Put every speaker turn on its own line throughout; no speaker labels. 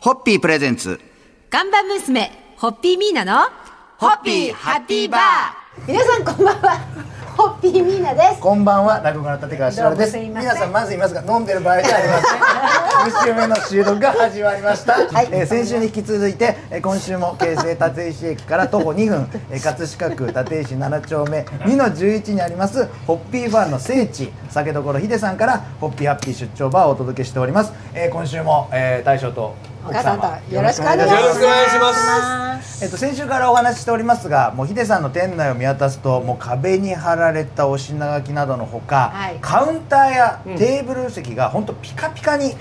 ホッピープレゼンツ。
ガンバ娘、ホッピーミーナの、
ホッピーハッピーバー
皆さんこんばんはホッピーミーナです
こんばんは、落語家の立川しららです。
どうもすいません
皆さん、まずいますが、飲んでる場合じゃありません。2週目の収 録が始まりました。
はい
えー先週に引き続いて、えー今週も京成立石駅から 徒歩2分、えー葛飾区立石7丁目2の11にあります、ホッピーバーの聖地、酒どころヒデさんから、ホッピーハッピー出張バーをお届けしております。えー今週も、えー大将と
お
奥
母さん
様
とよろしくお願い
よ
しま
ろし
す
くお願いします
願いしま
えっと、先週からお話ししておりますがもうヒデさんの店内を見渡すともう壁に貼られたお品書きなどのほか、
はい
カウンターやテーブル席が本当ピカピ カに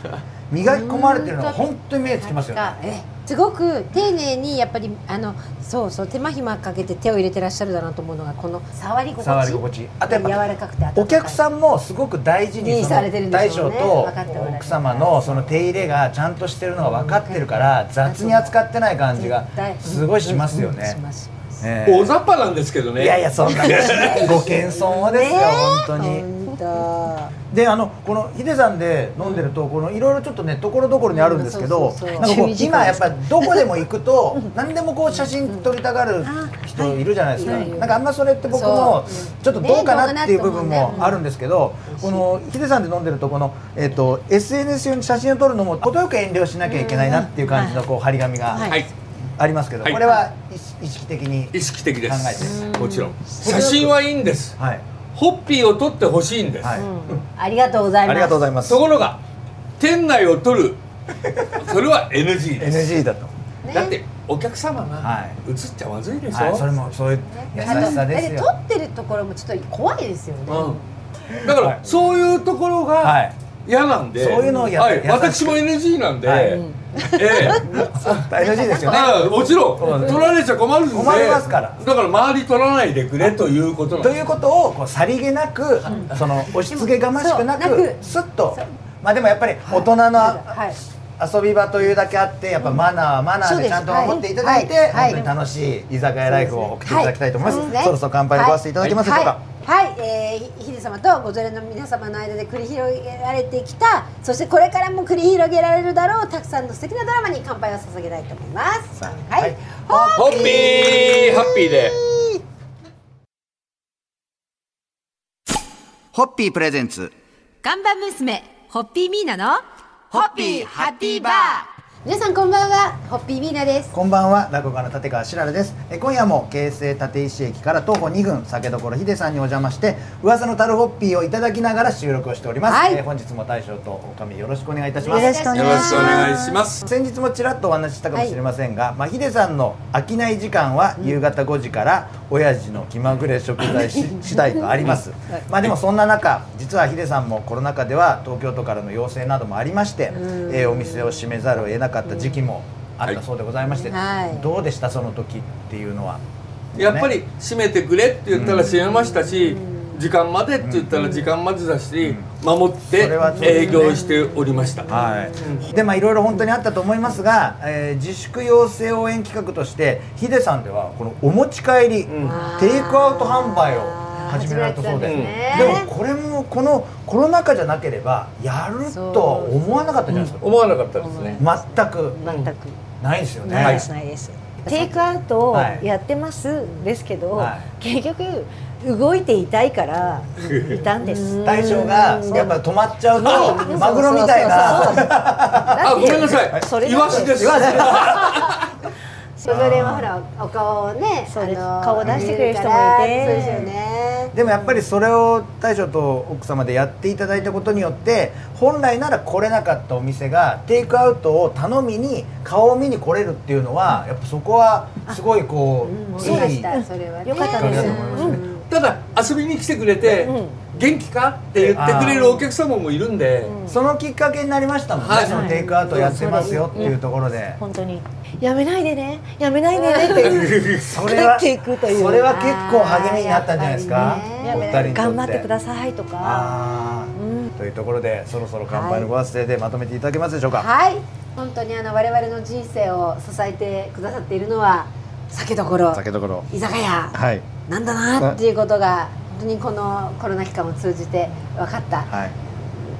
磨き込まれてるのが本当に目つきますよね。
えすごく丁寧にやっぱりあのそうそう手間暇かけて手を入れてらっしゃるだなと思うのがこの触り心地
触り心地あとやっぱ
柔らかくて温かい
お客さんもすごく大事に
に
そ
されてる
の
んで
大
しょ
将
うね
と
分かってもらえる
奥様のその手入れがちゃんとしてるのが分かってるから雑に扱ってない感じが
絶対
すごいしますよね
し。ますします
え
す。
え
大雑把なんですけどね。
いやいやそんな ご謙遜はですよ本当に。
本当
であのこのヒデさんで飲んでると、このいろいろちょっとねところどころにあるんですけ
う
ど、
んそうそうそう
なんかこう
注意事項
今やっぱりどこでも行くと何でもこう写真撮りたがる人いるじゃないですか、
はいいるいる
なんかあんまそれって僕もちょっとどうかなっていう部分もあるんですけど、このヒデさんで飲んでるとこの、えっと SNS 用に写真を撮るのも程よく遠慮しなきゃいけないなっていう感じのこう張り紙が
はい。
ありますけど、
はい
これは意識意識的に
意識的で
考
す。もちろん。写真はいいんです。
はい
ホッピーを撮ってほしいんです。
はい、
ありがとうございます
ありがとうございます
ところが店内を撮る。それは NG です。
NG だと、
だってお客様が
は
映っちゃまずいでし
はい、それ
ょ。
もそういう優しさですよ
あとだって撮ってるところもちょっと怖いですよね、
うん。だからそういうところ
は
が
い
嫌なんで。
そういうのをやっ
は
優し
い。
く
私も NG なんで。
はい
ええ。
NG ですよね
あもちろん取られちゃ困るんで
困りますから
だから周り取らないでくれということなん
と
です
いうことをこうさりげなく、その押し付けがましくな
そうな
く
く
すっとまあでもやっぱり大人の
はい
遊び場というだけあってやっぱマナーはマナ
そ
ー
う
で
です
ちゃんと守っていただいて、
はいはい
本当に楽しい居酒屋ライフを送っていただきたいと思います、
はですね
そろそろ乾杯のごわせていただけますでしょうか、
はい、はいえー、ひヒデ様とご連れの皆様の間で繰り広げられてきたそしてこれからも繰り広げられるだろうたくさんの素敵なドラマに乾杯を捧げたいと思います
さあ
はい、
ホッピーハッピーで
ホッピープレゼンツ。
ガンバ娘、ホッピーミーナの、
ホッピーハッピーバー
皆さんこんばんはホッピーミーナです
こんばんは落語家の立川しららですえ今夜も京成立石駅から徒歩2分酒どころヒデさんにお邪魔して噂のタルホッピーをいただきながら収録をしております、
はい
え本日も大将とおかみよろしくお願いいたし
よ
ます
ろしくお願い
よろしくお願いします
先日もちらっとお話ししたかもしれませんが、まあ、ヒデさんの商い時間は夕方5時から親父の気まぐれ食材し次第とあります、まあ、でもそんな中実はヒデさんもコロナ禍では東京都からの要請などもありまして、えーお店を閉めざるを得なかった時期もあったそうでございまして、
はい
どうでしたその時っていうのは、
やっぱり閉めてくれって言ったら閉めましたし時間までって言ったら時間までだし守って
それはそうです
営
ね
業しておりました
はい、でまあいろいろ本当にあったと思いますが、えー自粛要請応援企画としてヒデさんではこのお持ち帰り、
ん
テイクアウト販売を始められたそうで
始め
られたん
で
ですね
もこれもこのコロナ禍じゃなければやるとは思わなかったじゃないですか、
思わなかったですね
全く
全く
ないですよね、
ないですないです、テイクアウトを
はい
やってますですけど、
は
結局動いていたいからいたんです
大将がやっぱ止まっちゃうとマグロみたい
そうそうそう
な
あごめんなさ
そ
い
れだって
イワシです
言わず
それはほらお顔をね
そうです
あの
顔を出してくれる人もいて
そうですよね
でもやっぱりそれを大将と奥様でやっていただいたことによって本来なら来れなかったお店がテイクアウトを頼みに顔を見に来れるっていうのはやっぱそこはすごいこうい
そうで
い
したそれはね
よかった
感
で
じ
す
だと思いますね。
ただ遊びに来てくれて元気かって言ってくれるお客様もいるんで
そのきっかけになりましたもんね、
はい
そのテイクアウトやってますよっていうところで、
本当にやめないでねやめないでねっていう
それは
帰っていくという
それは結構励みになったんじゃないですか
あー
お
やっ
二
ぱ
人にとって
頑張ってくだ
い
さいとか
あー、というところでそろそろ乾杯のご発声でまとめていただけますでしょうか、
はい本当にあの我々の人生を支えてくださっているのは酒どころ
酒どころ
居酒屋
はい
なんだなっていうことが本当にこのコロナ期間を通じて分かった、
はい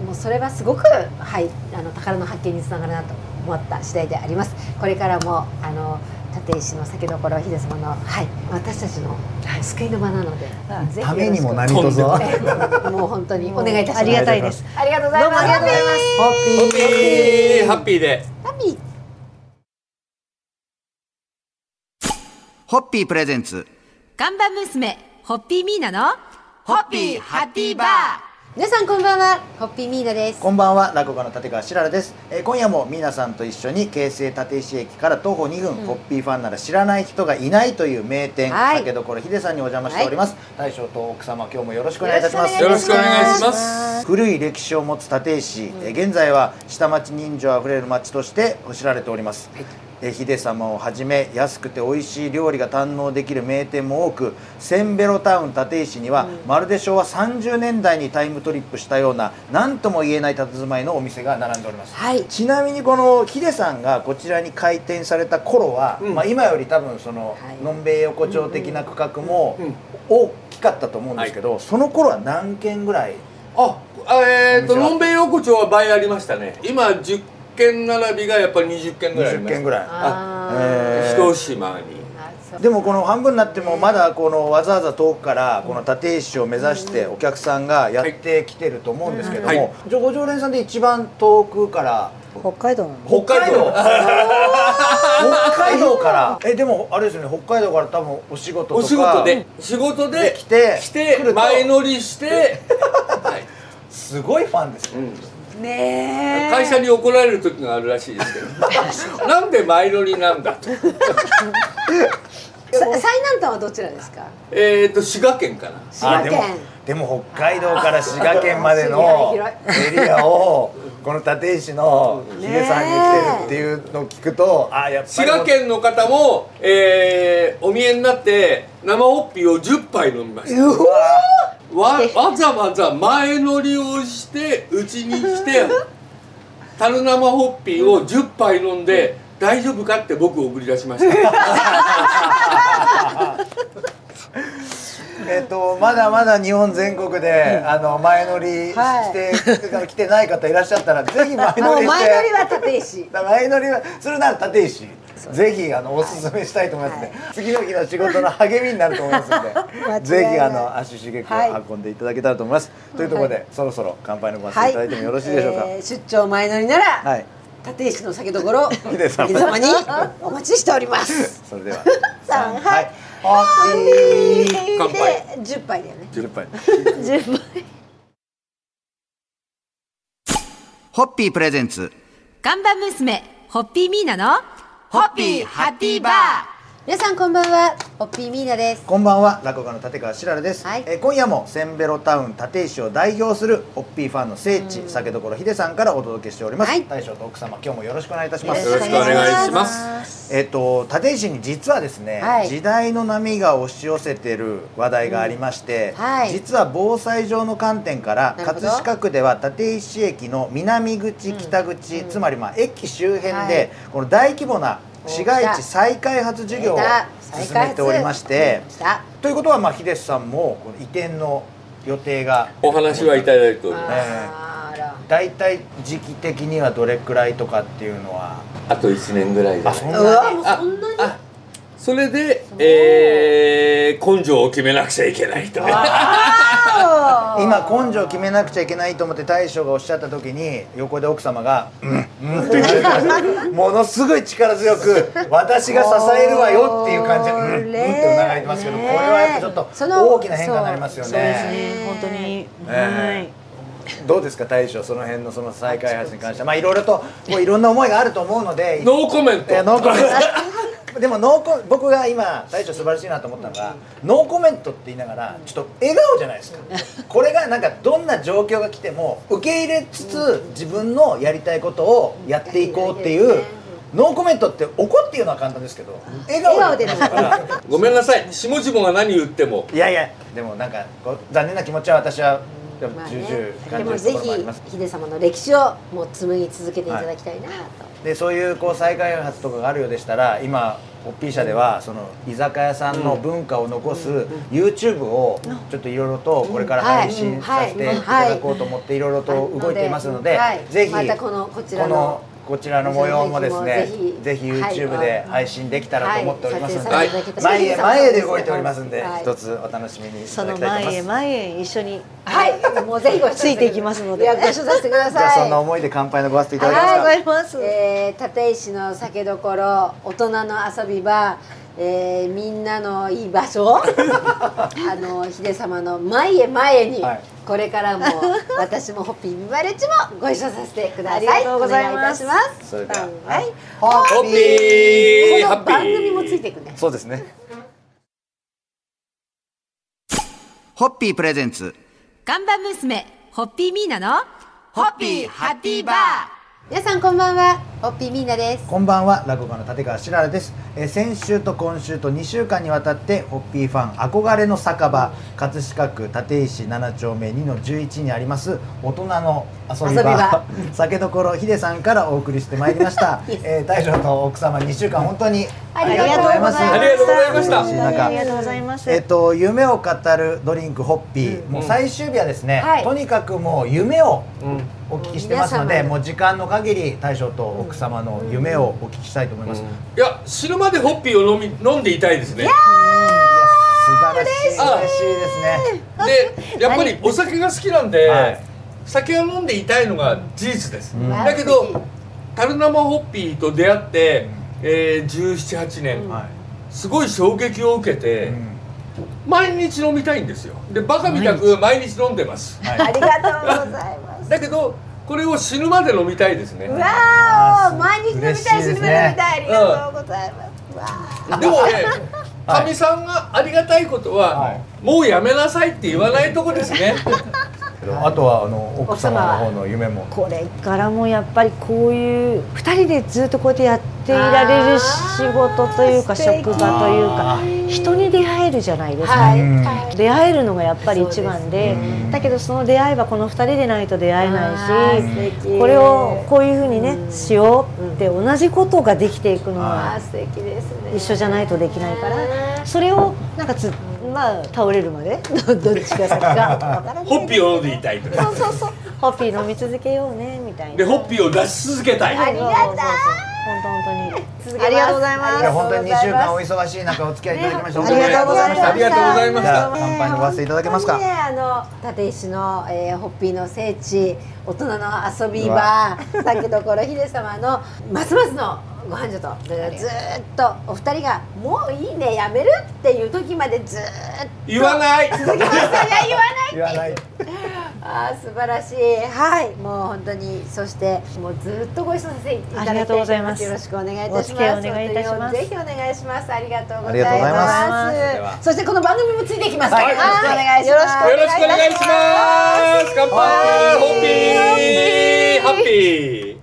もうそれはすごく、はい、あの宝の発見につながるなと思った次第でありますこれからもあの立石の酒どころ秀様の、はい、私たちの救いの場なので、
はい
ぜひよろしく
ためにもなりとぞ。
ええ もう本当にお願いいたします
ありがたいです。
ありがとうございます
どうもありがとうございます
ホッピー。
ハッピーで。
ハッピー
ホッピープレゼンツ
ガンバ娘、ホッピーミーナの
ホッピーハッピーバー
皆さんこんばんはホッピーミーナです
こんばんは落語家の立川しららです、えー今夜も皆さんと一緒に京成立石駅から徒歩2分、ホッピーファンなら知らない人がいないという名店、
はい
酒どころ秀さんにお邪魔しております、大将と奥様今日もよろしくお願いいたします
よろしくお願いします。
古い歴史を持つ立石、えー現在は下町人情あふれる町として知られております、えー秀様をはじめ安くて美味しい料理が堪能できる名店も多くセンベロタウン立石には、まるで昭和30年代にタイムトリップしたような何とも言えない佇まいのお店が並んでおります、
はい
ちなみにこのヒデさんがこちらに開店された頃は、
うん
まあ、今より多分その、
はい
のんべい横丁的な区画も
うんうん
大きかったと思うんですけど、その頃は何軒ぐらい
あ、えー、と、
こんにちは
のんべい横丁は倍ありましたね。今10件並びがやっぱり20件ぐらいあり
20
ます。
軒ぐらい
あ
えー
一島に。
あそう
でもこの半分になってもまだこのわざわざ遠くからこの立石を目指してお客さんがやってきてると思うんですけども、
はいはい
じゃあご常連さんで一番遠くから
北海道なの。
北海道
北海
北海道からえでもあれですよね北海道から多分お仕事とか
お仕事で、仕事で
で来て
来て
来ると
前乗 りして、はい
すごいファンですね
うん
ね
会社に怒られる時があるらしいですけ ど、なんで前乗りなんだと。
さ最南端はどちらですか
えー、と、滋賀県かな。
滋賀
で
県
もでも北海道から滋賀県まで
あ
のエリアをこの立石のヒデさんに来てるっていうのを聞くとあやっぱり
滋賀県の方も、えーお見えになって生ホッピーを10杯飲みました
うわ
わわざわざ前乗りをしてうちに来て樽生ホッピーを10杯飲んで大丈夫かって僕を送り出しました
えっと、まだまだ日本全国で、あの前乗りして、来てない方いらっしゃったら、ぜひ前乗りして。
もう前乗りは立石
だから前乗りはするなら立石。ぜひあのおすすめしたいと思いますね、次の日の仕事の励みになると思いますの
間違いな
で
い
ぜひあの足しげく
はい
運んでいただけたらと思います、というところで、そろそろ乾杯のごしていただいてもよろしいでしょうか、
えー出張前乗りなら、
はい
立石の酒どころ
ヒデ様
ヒデ様にお待ちしております
それでは
さん
は
はい
いホッピー
乾杯
で10杯だよね
10杯
十分。
ホッピープレゼンツ
ガンバ娘、ホッピーミーナの
ホッピーハッピーバー
皆さんこんばんはホッピーミーナです
こんばんは落語家の立川しららです、
はい
えー今夜もセンベロタウン立石を代表するホッピーファンの聖地、酒どころ秀さんからお届けしております、
はい
大将と奥様今日もよろしくお願いいたします
よろしくお願いします
えっと立石に実はですね、
はい
時代の波が押し寄せてる話題がありまして、
うんはい
実は防災上の観点から
なるほど
葛飾区では立石駅の南口北口、つまりまあ駅周辺で、
はい
この大規模な市街地再開発事業を進めておりまして、
来た
ということは、まあ、秀さんもこの移転の予定が
お話はいただいております
あら
大体時期的にはどれくらいとかっていうのは
あと1年ぐらいで
あそん
う
な
わ
に
もうそんなに
それで、えー根性を決めなくちゃいけないと
今根性を決めなくちゃいけないと思って大将がおっしゃった時に横で奥様が「うんうん」って言ってましたものすごい力強く「私が支えるわよ」っていう感じで「うんうん」ってうながれてますけどこれはやっぱちょっと
その
大きな変化になりますよ
そうです
ね。
ね。本当に。
えどうですか大将その辺のその再開発に関してはまあいろいろとこういろんな思いがあると思うので
ノーコメン
いや
ト
ノーコメント でもノーコ僕が今大将素晴らしいなと思ったのがノーコメントって言いながらちょっと笑顔じゃないですかこれがなんかどんな状況が来ても受け入れつつ自分のやりたいことをやっていこうっていうノーコメントって怒っていうのは簡単ですけど笑顔で
笑顔
から
ごめんなさい下々が何言っても
いやいやでもなんかこう残念な気持ちは私はでも
まあ
重
ね
々
で
感じ
も
る
ぜ
ところもあります
ひ秀様の歴史をもう紡ぎ続けていただきたいなと、
でそういうこう再開発とかがあるようでしたら今ホッピー社ではその居酒屋さんの文化を残す YouTube をちょっといろいろとこれから配信させていただこうと思っていろいろと動いていますので、
はい
ぜひ
またこのこちら
この
の
こちらの模様もですね
ぜひ
ぜひ
はい
YouTube で配信できたらと思っておりますので、
はい
前へ前へで動いておりますんで、
はい
一つお楽しみにい
そ
ただ
の
きたいと思
前
い
へ
ます。
前へ一緒に
はいもうぜひご一緒
ついていきますので
いやご一緒させてくだ
じゃあ
さ
そ
い
んな思いで乾杯のごわせていただきました。
ありがとうございます、
えー、立石の酒どころ大人の遊び場、えー、みんなのいい場所あの秀様の前へ前へに、
はい
これからも私もホッピービバレッジもご一緒させてください
ありがとうござい
お願いい
ま
た
す
します
それでは
はい
ホッ
ホッピー
こ
ハ
の
ッピー
番組もついていくね
そうですね。
ホッピープレゼンツ
ガンバ娘、ホッピーミーナの、
ホッピーハッピーバー
皆さんこんばんはホッピーミーナです
こんばんは落語家の立川しららです、えー先週と今週と2週間にわたってホッピーファン憧れの酒場葛飾区立石7丁目2の11にあります大人の遊び場
遊び場
酒どころヒデさんからお送りしてまいりま した、えー大将と奥様2週間本当にありがとうございます
あ
りがとうございました
嬉しい中
ありがとうございます、
えっと、夢を語るドリンクホッピー、もう最終日はですね、
はい
とにかくもう夢をお聞きしてますの
皆
で、
様の
もう時間の限り大将と奥様の夢をお聞きしたいと思います、いや
いや死ぬまでホッピーを飲み飲んでいたいですね
素晴らしい嬉しいですね
でやっぱりお酒が好きなんで、
はい
酒を飲んでいたいのが事実です、
ん
だけど樽生ホッピーと出会って、えー、1718年、
は
すごい衝撃を受けて、
い、うん
毎日飲みたいんですよでバカみたく毎日飲んでます
ありがとうございます
だけどこれを死ぬまで飲みたいですね
うわ
あー
ー毎日飲みたい
嬉しいですね
死ぬまで飲みたいありがとうございます、わ
でもね
はい
かみさんがありがたいことは、
はい
もうやめなさいって言わないとこです ね
けどあとはあの奥様の方の夢も
これからもやっぱりこういう2人でずっとこうやってやっていられる仕事というか
あー素敵
職場という
あ
か人に出会えるじゃないですか、
はい、
うん
はい
出会えるのがやっぱり一番で
そうですね
だけどその出会いはこの2人でないと出会えないし
い
これをこういうふうにね
うん
しようって同じことができていくの
あー
は
素敵ですね
一緒じゃないとできないからそれをなんかつまあ倒れるまで どどっちが先かわ から ない
ホッピーを飲んでいたいと
そうそうそうホッピー飲み続けようねみたいな
でホッピーを出し続けたい
あ
あ
り
り
が
が
と
と
う
う
本当本当に
続け
ありがとうございます
いや本当に2週間お
い
忙しい中お付き合いいただきまして、
ね
本当に
ありがとうございました
ありがとうございまし
じゃあ
た
乾杯のごわせていただけますか、
ね、あの立石の、えー、ホッピーの聖地大人の遊び場酒どころ秀様のますますのご繁盛とずーっとお二人が「もういいねやめる」っていう時までずーっと
言わない
続きましたね言わない
言わない
あー素晴らしいはいもう本当にそしてもうずっとご一緒させていただきた
ありがとうございます
よろしくお願いいたします
お付き合いお願いいたします
本当にぜひお願いしますありがとうござい
ありがとうござい
ま
ますす
では
そしてこの番組もついてきますから、
はい
はい、お願いします
よろしくお願いします乾杯ホッピーハッピー